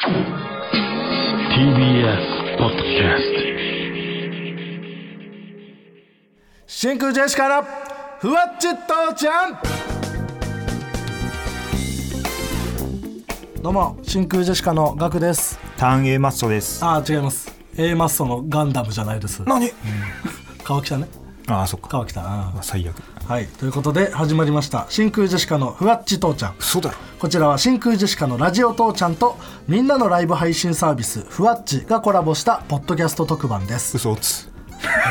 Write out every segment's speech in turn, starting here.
TBS ポッドキャス真空ジェシカのふわっち父ちゃんどうも真空ジェシカのガクですターン A マストです。あー違います A マッソのガンダムじゃないです何川北ねああ、そっか。川北あー最悪。はいということで始まりました真空ジェシカのふわっち父ちゃん嘘だろ。こちらは真空ジェシカのラジオ父ちゃんとみんなのライブ配信サービスふわっちがコラボしたポッドキャスト特番です嘘をつ。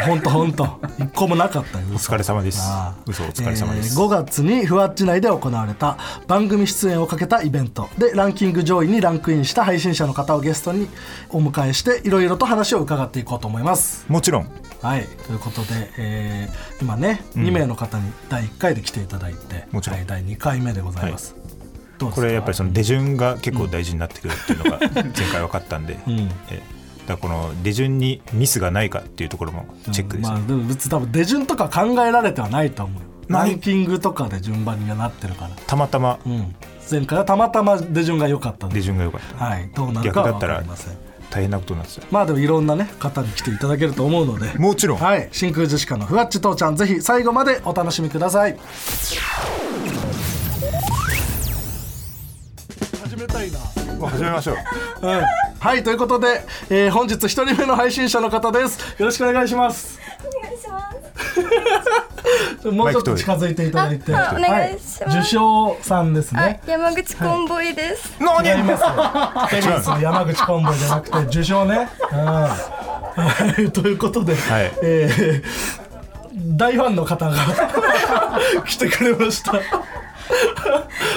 ほんとほんと一個もなかったよお疲れ様ですあー。嘘お疲れ様です。えー5月にふわっち内で行われた番組出演をかけたイベントでランキング上位にランクインした配信者の方をゲストにお迎えしていろいろと話を伺っていこうと思います。もちろん、はい、ということで、えー今ね、2名の方に第1回で来ていただいてもちろんはい第2回目でございます。どうですこかれやっぱりその手順が結構大事になってくるっていうのが前回分かったんで、えだからこの手順にミスがないかっていうところもチェックですまあ、ね。でも別に多分手順とか考えられてはないと思うよラないンキングとかで順番にはなってるから、たまたまうん、前回はたまたま手順が良かったんで手順が良かった。はい、どうなる逆かはだっ分たからりません。大変なことになってた。まあでもいろんなね方に来ていただけると思うので、もちろんはい、真空ジェシカのふわっち父ちゃんぜひ最後までお楽しみください。始めたいな。もう始めましょう。うん、はいということで、えー本日一人目の配信者の方です。よろしくお願いします。お 願いします。もうちょっと近づいていただいて、あお願いします受賞さんですね。山口コンボイです。何違いますよ。テニスの山口コンボイじゃなくて受賞ね。うんはい。 ということで、はいえー大ファンの方が 来てくれました。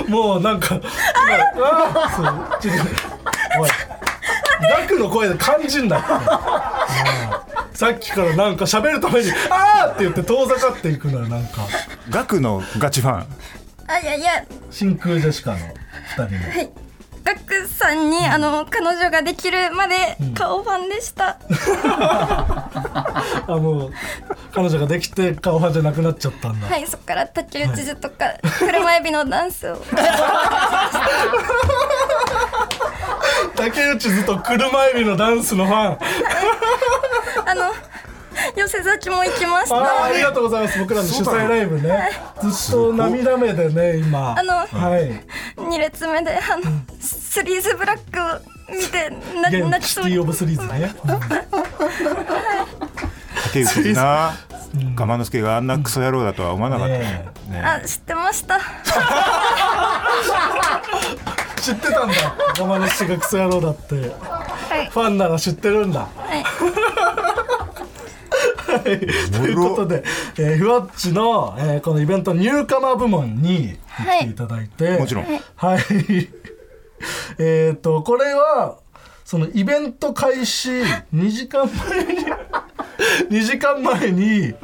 もうなんか、今そうちょっとおい、ダクの声で肝心だって。さっきからなんか喋るために「あー!」って言って遠ざかっていくのよなんかガクのガチファン。あいやいや、真空ジェシカの2人のガクさんにあの彼女ができるまで顔ファンで した。あもう彼女ができて顔派じゃなくなっちゃったんだ、はい、そこから竹内図とか車エビのダンスを。竹内ずと車エビのダンスのファンあの寄せ咲きも行きましあーた。ありがとうございます僕らの主催ライブねずっと涙目でね今あのはい二列目であのスリーズブラックを見てな現泣きシそテうィ・に。オブ・スリーズね竹 内な。我慢の助があんなクソ野郎だとは思わなかったね。ねあ知ってました。知ってたんだ山のシがクソ野郎だってフはいァンなら知ってるんだはいはいということで、えー、ふわっちの、えーこのイベントニューカマー部門には来ていい。ただいて、もちろんはい えっとこれはそのイベント開始2時間前に2時間前にはい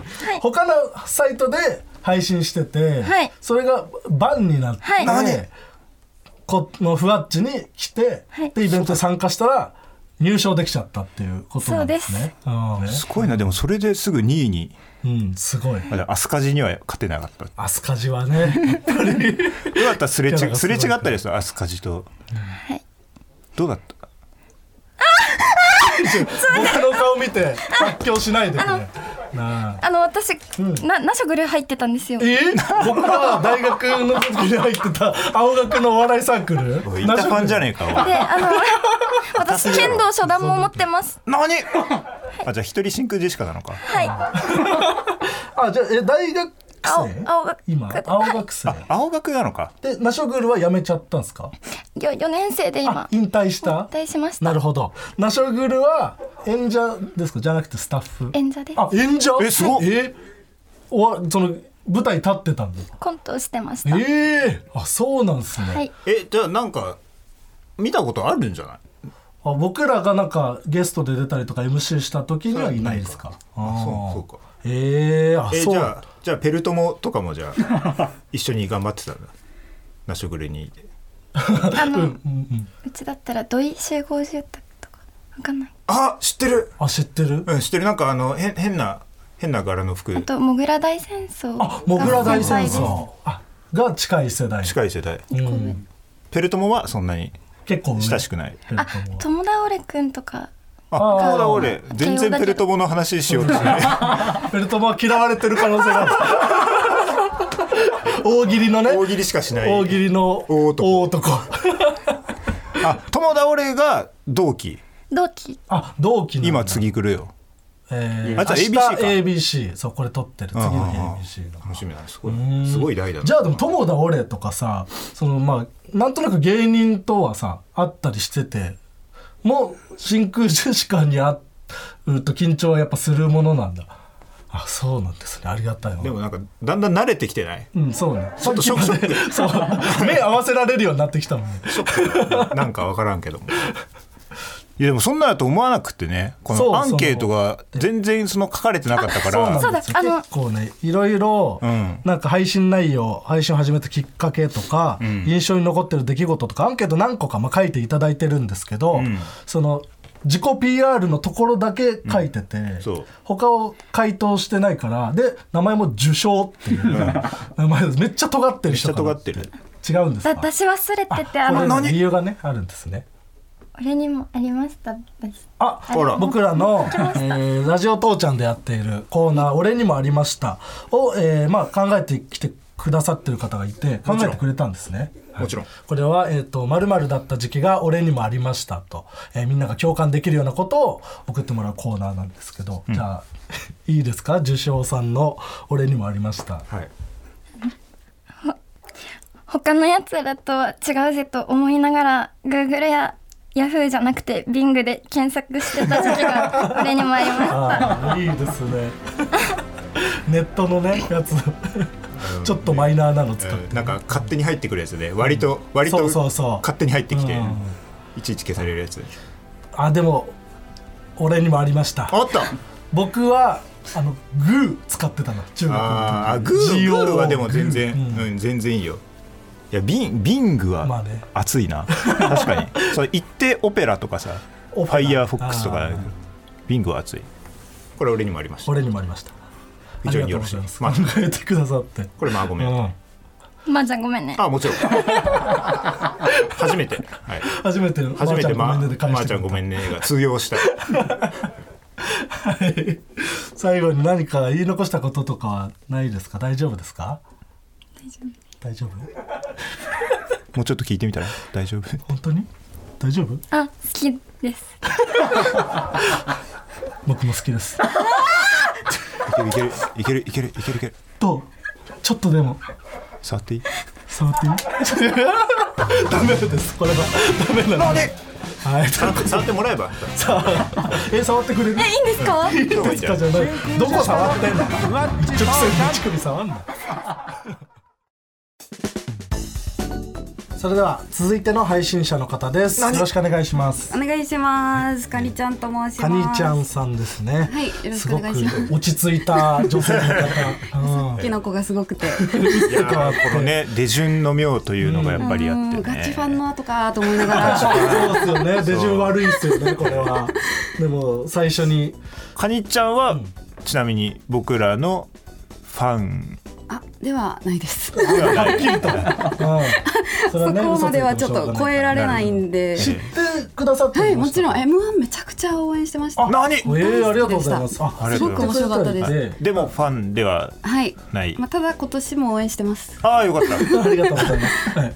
他のサイトで配信してて、はいそれがバンになって、はい何このふわっちに来て、はいでイベントに参加したら入賞できちゃったっていうことなんですね。うんすごいなでもそれですぐ2位にうん、すごい。まだ飛鳥寺には勝てなかったよアスカジはね、やっぱり かったすれキャラ違がすすごれい違ったですよ飛鳥寺と、どうだった僕の顔見て発狂しないでくれ。なあ。あの私、なナショグル入ってたんですよ。え僕は大学の時に入ってた青学のお笑いサークおいルいたファンじゃねええかで、あの私剣道初段も持ってます。おい何あじゃあ一人真空ジェシカなのかはい。あじゃあえ大学青生青学今青学生青学なのかでナショグルは辞めちゃったんですかよ四年生で今あ引退した引退しましたなるほどナショグルは演者ですかじゃなくてスタッフ演者ですあ演者えすごっえおわその舞台立ってたんだコントをしてました、ええあそうなんですね、はいえじゃあなんか見たことあるんじゃないあ僕らがなんかゲストで出たりとか MC した時にはいないですかあそうそうかかえー、あえそうじゃあじゃあペルトモとかもじゃあ 一緒に頑張ってたんだナショグレにあの、ううんうんちだったら土井集合住宅とかわかんないあ知ってるあ知ってるうん知ってるなんかあのへん変な変な柄の服あとモグラ大戦争あモグラ大戦が先輩争あが近い世代近い世代うん、ペルトモはそんなに結構親しくないないですあ友倒れくんとかああーそうだ俺全然ペルトモの話しようとしないベルトマは嫌われてる可能 性がある大喜利のね大喜利しかしない大喜利の大男大男あ友田俺が同期同期あ同期なんだ今次来るよえー、あじゃあ ABC 明日か ABC そうこれ撮ってる次の ABC だ楽しみだねすごいすごい代だなじゃあでも友田俺とかさそのまあなんとなく芸人とはさ会ったりしててもう真空ジェシカに会うと緊張はやっぱするものなんだあそうなんですねありがたいわでもなんかだんだん慣れてきてないうんそうねちょっとショ ックそう 目合わせられるようになってきたもんねなんか分からんけども。いやでもそんなだと思わなくてねこそうのアンケートが全然その書かれてなかったかそうらなんだですよあの結構ねいろいろうんなんか配信内容配信を始めたきっかけとか、印象に残ってる出来事とかアンケート何個かまあ書いていただいてるんですけど、その自己 PR のところだけ書いてて、そう他を回答してないからで名前も「受賞」っていう名前ですめっちゃ尖ってる人かなめっちゃ違うんですだか私忘れててあこれのね理由がねあるんですね俺にもありましたああら僕らの、えーラジオ父ちゃんでやっているコーナー「俺にもありましたを」えーまあ、考えてきてくださってる方がいて考えてくれたんですね。はいもちろんこれは、えーと「まるだった時期が俺にもありましたと」えーみんなが共感できるようなことを送ってもらうコーナーなんですけど、じゃあ いいですか受賞さんの「俺にもありま した」はい他のやつらとは違うぜと思いながら Google や Yahoo じゃなくて Bing で検索してた時期が俺にも ありましたあーいいですね ネットのねやつちょっとマイナーなの使って、うんなんか勝手に入ってくるやつで割と割とそうそうそう勝手に入ってきてうんいちいち消されるやつあでも俺にもありましたあった僕はあのグー使ってたの中学あーあのグ時ーグーは GO でも全然グーうんうん全然いいよいやビンビングまあはね熱いな確かに それ行ってオペラとかさフオペラァイヤーフォックスとあかービングは熱いこれ俺にもありました俺にもありました非常によろしいありでがとうございすます考えてくださってこれまあごめんうんまあじゃあごめん ねあもちろん初めて、はい、初めて初めてままーちゃんごめあんねで返ましあてくちゃれんたごめんねが通用したはい最後に何か言い残したこととかはないですか大丈夫ですか大丈夫もうちょっと聞いてみたら大丈夫本当に大丈夫あ好きです僕も好きですいけるいけるいけるいけるいけるいけるとちょっとでも 触っていい触っていいダメですこれはダメなのはい触って触ってもらえばさあえ触ってくれるえいいんですかいいんですかじゃないどこ触ってんの一直線に乳首触んの それでは続いての配信者の方ですよろしくお願いしますお願いします。かにちゃんと申します。カニちゃんさんですねはいよろしくお願いしますごく落ち着いた女性の 方好きな子がすごくて、いやーこのね出順の妙というのがやっぱりあってうねんガチファンの後かと思いながら、そうですよね出順悪いですよねこれはでも最初に カニちゃんは、ちなみに僕らのファンあ、ではないです。ではないうんそそれは ねこまではちょっ嘘とついてもしょうがない超えられないんで、知ってくださってはい、まもしちたろん M1 めちゃくちゃ応援してました。あ何えー、ありがとうございます。あありがとうございますすごく面白かったですす。でもファンでははい。ないまあただ今年も応援してます。ああよかった ありがとうございます。はい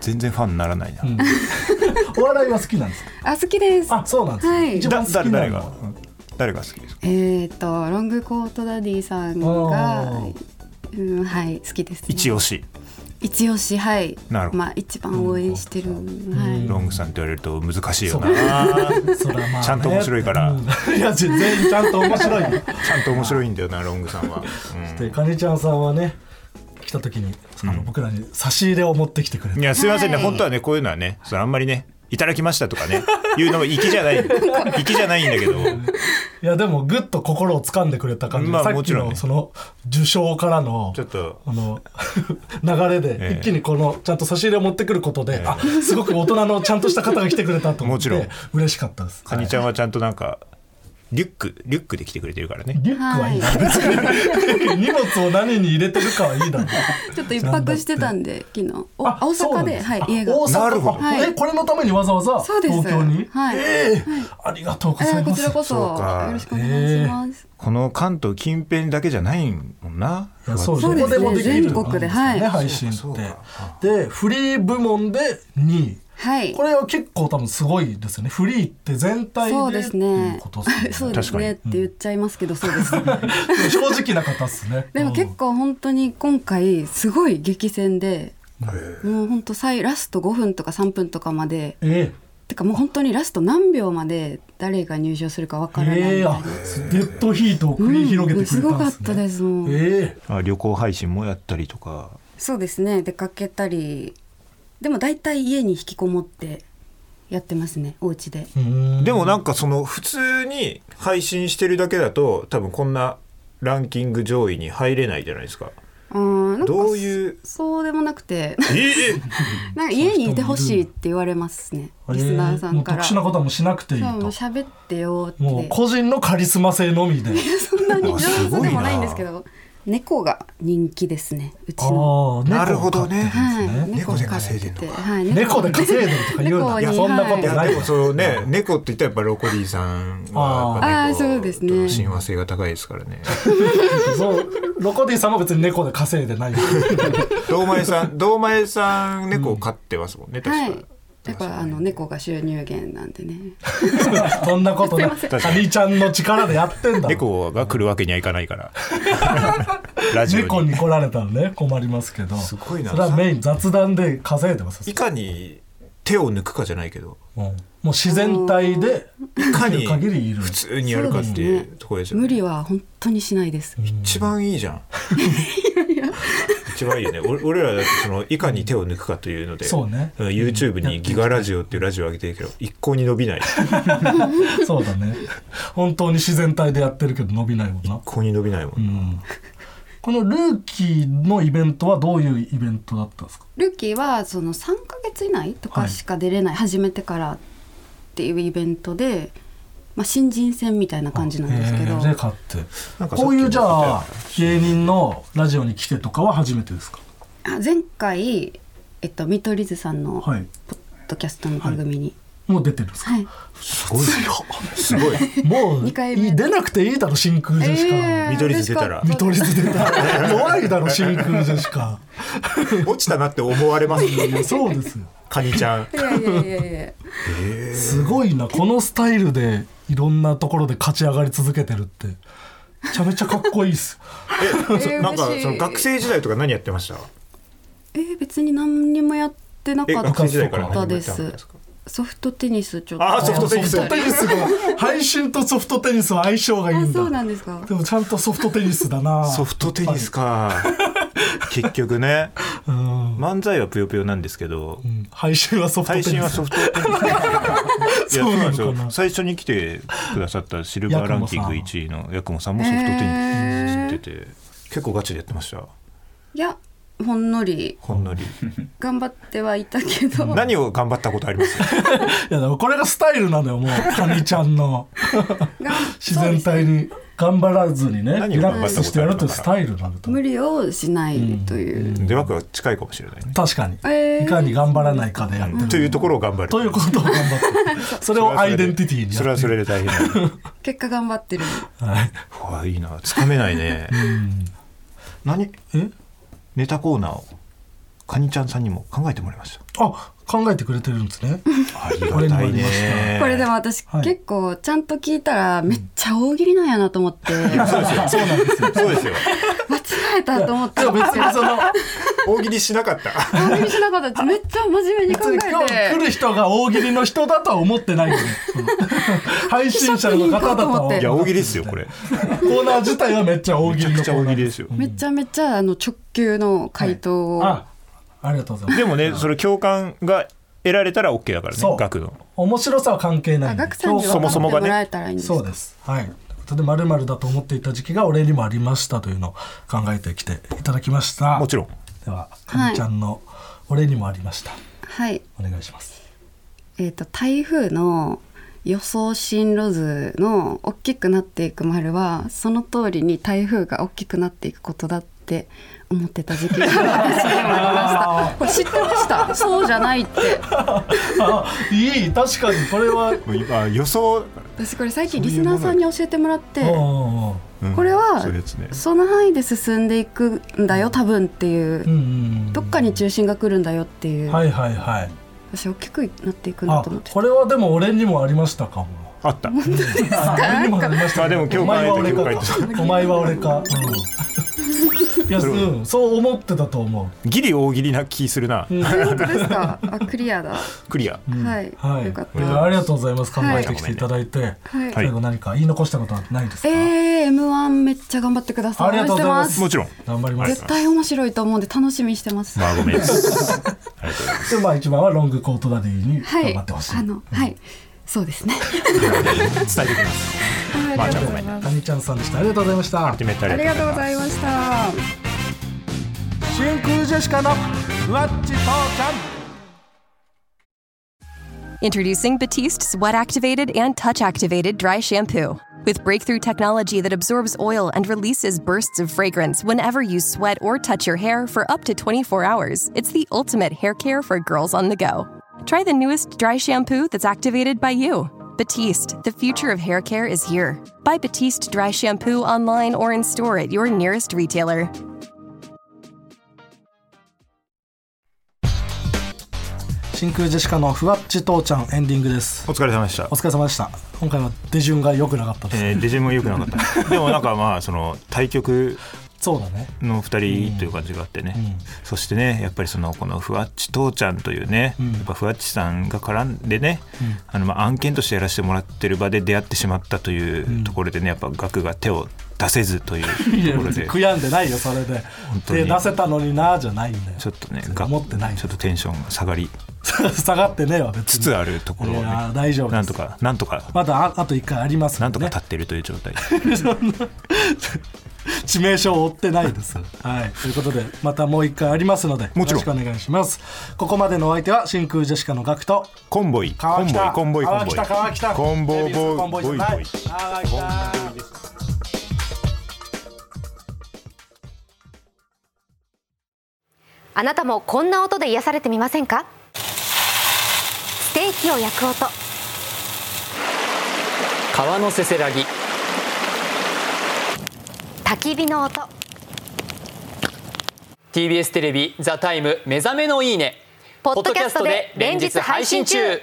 全然ファンにならないな、お笑いは好きなんですか。あ、好きです。あ、そうなんですね。はい一だ番好きなの誰誰がうん誰が好きですかえっとロングコートダディさんあがー、うん、はい、好きです、ね。一押し一押し、はい。なるほどまあ一番応援してる、はい。ロングさんって言われると難しいよなそちそれはまあねちゃんと面白いからうんいや、全員ちゃんと面白いよ。ゃんと面白いんだよなロングさ んは、うんで、かねちゃんさんはね、来た時に、あの僕らに差し入れを持ってきてくれいて。やすいませんね、はい本当はねこういうのはねそのあんまりねいただきましたとかね言うのも粋じゃない粋じゃないんだけどいやでもぐっと心を掴んでくれた感じ、まあさっもきちろんのねその受賞からのちょっとあの 流れえでえ一気にこのちゃんと差し入れを持ってくることで、あすごく大人のちゃんとした方が来てくれたと思っもちろてん嬉しかったです。カニちゃんはちゃんとなんかリュックリュックで来てくれてるからねリュックはいいな、別に 荷物を何に入れてるかはいいだろう。ちょっと一泊してたんで昨日おあ大そうな阪んで、すはいあ、家が大阪なるほどはいえこれのためにわざわざそうです東京に、はいええありがとうごえざいーこまちす。らこそそうかよろしくお願いしますこの関東近辺だけじゃないもんないやそうそうどですねこでもできる全国ではいね配信そうっかそうてでフリー部門で2位はいこれは結構多分すごいですよねフリーって全体そうででっすていねうことですよ ねそうですねって言っちゃいますけどそうです正直な方っすね でもうん結構本当に今回すごい激戦でもう本当最ラスト5分とか3分とかまでえてかもう本当にラスト何秒まで誰が入場するかわえからないみたいええなあデッドヒートを繰り広うんげてくれたんですすごかったね、ですもうえあ旅行配信もやったりとかそうですね出かけたりでも大体家に引きこもってやってますねお家でえうんでもなんかその普通に配信してるだけだと多分こんなランキング上位に入れないじゃないですか。あーなんかどういうそうでもなく てええなんか家にいてほしいって言われますねリスナーさんから、ええもう特殊なことはもうしなくていいそうもうと喋ってよってもう個人のカリスマ性のみでそんなに上あすご手いなでもないんですけど猫が人気ですねうちああのなるほどねはい猫をで飼って稼いでんのてはい猫で稼いでるとか言うな。猫いや、にそんなこはいいとやないでよも。そのね猫って言ったらやっぱロコディさんはあーやあっぱーそう猫ですねと親和性が高いですから ね。そう、ロコディさんも別に猫で稼い でないよ。堂前さん堂前さん猫を飼ってますもんね確はいか。やっぱあの猫が収入源なんでねそんなことない。カニちゃんの力でやってんだ。猫猫が来るわけにはいかない から。ラジオにに。来られたらね、困りますけど。すごいなそれはメイン雑談で稼いでます。いかに手を抜くかじゃないけどうんもう自然体で、いかいにる限りいる。普通にやるかっていうところですよね。無理は本当にしないです一番いいじゃん。一番いいよね。俺俺らだってそのいかに手を抜くかというので、そうねん YouTube にギガラジオっていうラジオを上げてるけど、一向に伸びない。一そうだね。本当に自然体でやってるけど伸びないもんな。向に伸びないもん。このルーキーのイベントはどういうイベントだったんですかルーキーはその3ヶ月以内とはかいしか出れない、始めてからっていうイベントで、まあ、新人戦みたいな感じなんですけど、えーで買ってなんかさっきこういうじゃ言っあ芸人のラジオに来てとかは初めてですかあ前回、えっと、見取り図さんのポはッいドキャストの番組に、もう出てるんですか、はいすごい。すごい。もう二回目い出なくていいだろ真空ジェシカ、えー見取り図出たら嬉見しかっ取り図出た弱いだろ真空ジェシカ落ちたなって思われます。いやそうですよカニちゃん。たいやいやいやいやすごいなこのスタイルでいろんなところで勝ち上がり続けてるってめちゃめちゃかっこいいっすえ、なんかその学生時代とか何やってました？えー別に何にもやってなえ、かっ学生時代からた何やでってたんすですか？ソフトテニスちょっとあーソフトテニスソフトテニスが配信とソフトテニスは相性がいいあんだそうなんですかでもちゃんとソフトテニスだなソフトテニスか。結局ね、漫才はぷよぷよなんですけど、うん配信はソフトテ最ニス新はソフトテそうなのかなニスいやそうなんですよ最初に来てくださったシルバーランキングヤクモさ1位のヤクモさんもソフトテニス知ってて、結構ガチでやってましたいやほんのりほんのり頑張ってはいたけど何を頑張ったことあります いやでもこれがスタイルなのよもう カニちゃんのが 自然体に頑張らずにね何リをラ頑ック張ったスことあるのかなしてやるというスタイルなんだと無理をしないという、で枠は近いかもしれないね、確かに、えーいかに頑張らないかでやってる、というところを頑張るということを頑張って るそれをアイデンティティにそれやっはてそるれで大変だね結果頑張ってるはい、うわいいなつかめない ね何えネタコーナーをカニちゃんさんにも考えてもらいましたあ考えてくれてるんですねありがたいねこれでも私、はい結構ちゃんと聞いたらめっちゃ大喜利なんやなと思って、 間違そうなんですよそ うですよえたと思ってでも別にその大喜利しなかった大喜利しなかっためっちゃ真面目に別考に今日来えてる人が大喜利の人だとは思ってな いよね配信者の方だとは思っていや大喜利ですよこれコーナー自体はめっちゃ大め喜ちゃ利くのコちゃーナ大喜ー利でですすよめちゃめちゃあの直球の回答を、あありがとうございますでもねそれ共感が得られたら OK だからねそう額の面白さは関係ないあガクさんにそうそも分そかもってがもねらえたらいいんですそうですはいということで〇〇だと思っていた時期が俺にもありましたというのを考えてきていただきましたもちろんではかみちゃんの俺にもありました、はいお願いしますえー、と台風の予想進路図の大きくなっていく丸はその通りに台風が大きくなっていくことだって思ってた時期が私にもありましたこれ知ってましたそうじゃないってあいい確かにこれはもう今予想私これ最近リスナーさんに教えてもらってうんこれはそういうやつねその範囲で進んでいくんだよ多分っていううんうんどっかに中心が来るんだよっていうはいはいはい私大きくなっていくんだあと思ってこれはでも俺にもありましたかもあったあ俺にもありましたあでも今日お前は考え俺たか今日お前は俺か、うん、いやうんそう思ってたと思ギリ大喜利な気するな、本当ですかあクリアだ、クリアはい、うはいよかっいやたありがとうございます考はいえてきていただいて、はい最後何か言い残したことはないですか、えー、M1 めっちゃ頑張ってください。ありがとうございますもちろん頑張ります絶対面白いと思うんで楽しみにしてます。まあごめんですありがとうございますでまあ一番はロングコートダディには頑い。張ってほしい、あの、はい。そう ですね。 伝えてきます。まーちゃんごめん。かみちゃんさんでしたありがとうございました初めてあありがとうございました。真空ジェシカのふわっち父ちゃん Introducing Batiste Sweat Activated and Touch Activated Dry Shampoo. With breakthrough technology that absorbs oil and releases bursts of fragrance whenever you sweat or touch your hair for up to 24 hours, it's the ultimate hair care for girls on the go. Try the newest dry shampoo that's activated by you. Batiste, the future of hair care is here. Buy Batiste Dry Shampoo online or in store at your nearest retailer. 真空ジェシカのふわっち父ちゃんエンディングですお疲れ様でしたお。疲れ様でした今回は手順が良くなかったです、えー、デジも良くな かった。でもなんかまあその対局そうだねの二人という感じがあってね。そしてねやっぱりそのこのふわっち父ちゃんというね、やっぱふわっちさんが絡んでね、あのまあ案件としてやらせてもらってる場で出会ってしまったというところでねやっぱ額が手を出せずという ところで。悔やんでないよそれで当に手出せたのになじゃないんだよちょっとね、が思ってないちょっとテンションが下がり 下がってねえわ別つにつあるところをねいやー大丈夫ですなんとかなんとかまだああと一回ありますなんでとねか立ってるという状 態。致命傷を負ってないです。はい、ということでまたもう一回ありますのでもちよろろんしくお願いします。ここまでのお相手は真空ジェシカのガクとコンボイ、コ川ンボ北イ、コンボイ、コンボイ。川北川北コンボデイ、ビウスのボコイ、ンボボイじイ、ボゃなイ。い川北あなたもこんな音で癒されてみませんかステーキを焼く音川のせせらぎ焚き火の音 TBS テレビ「ザタイム目覚めのいいね」ポッドキャストで連日配信中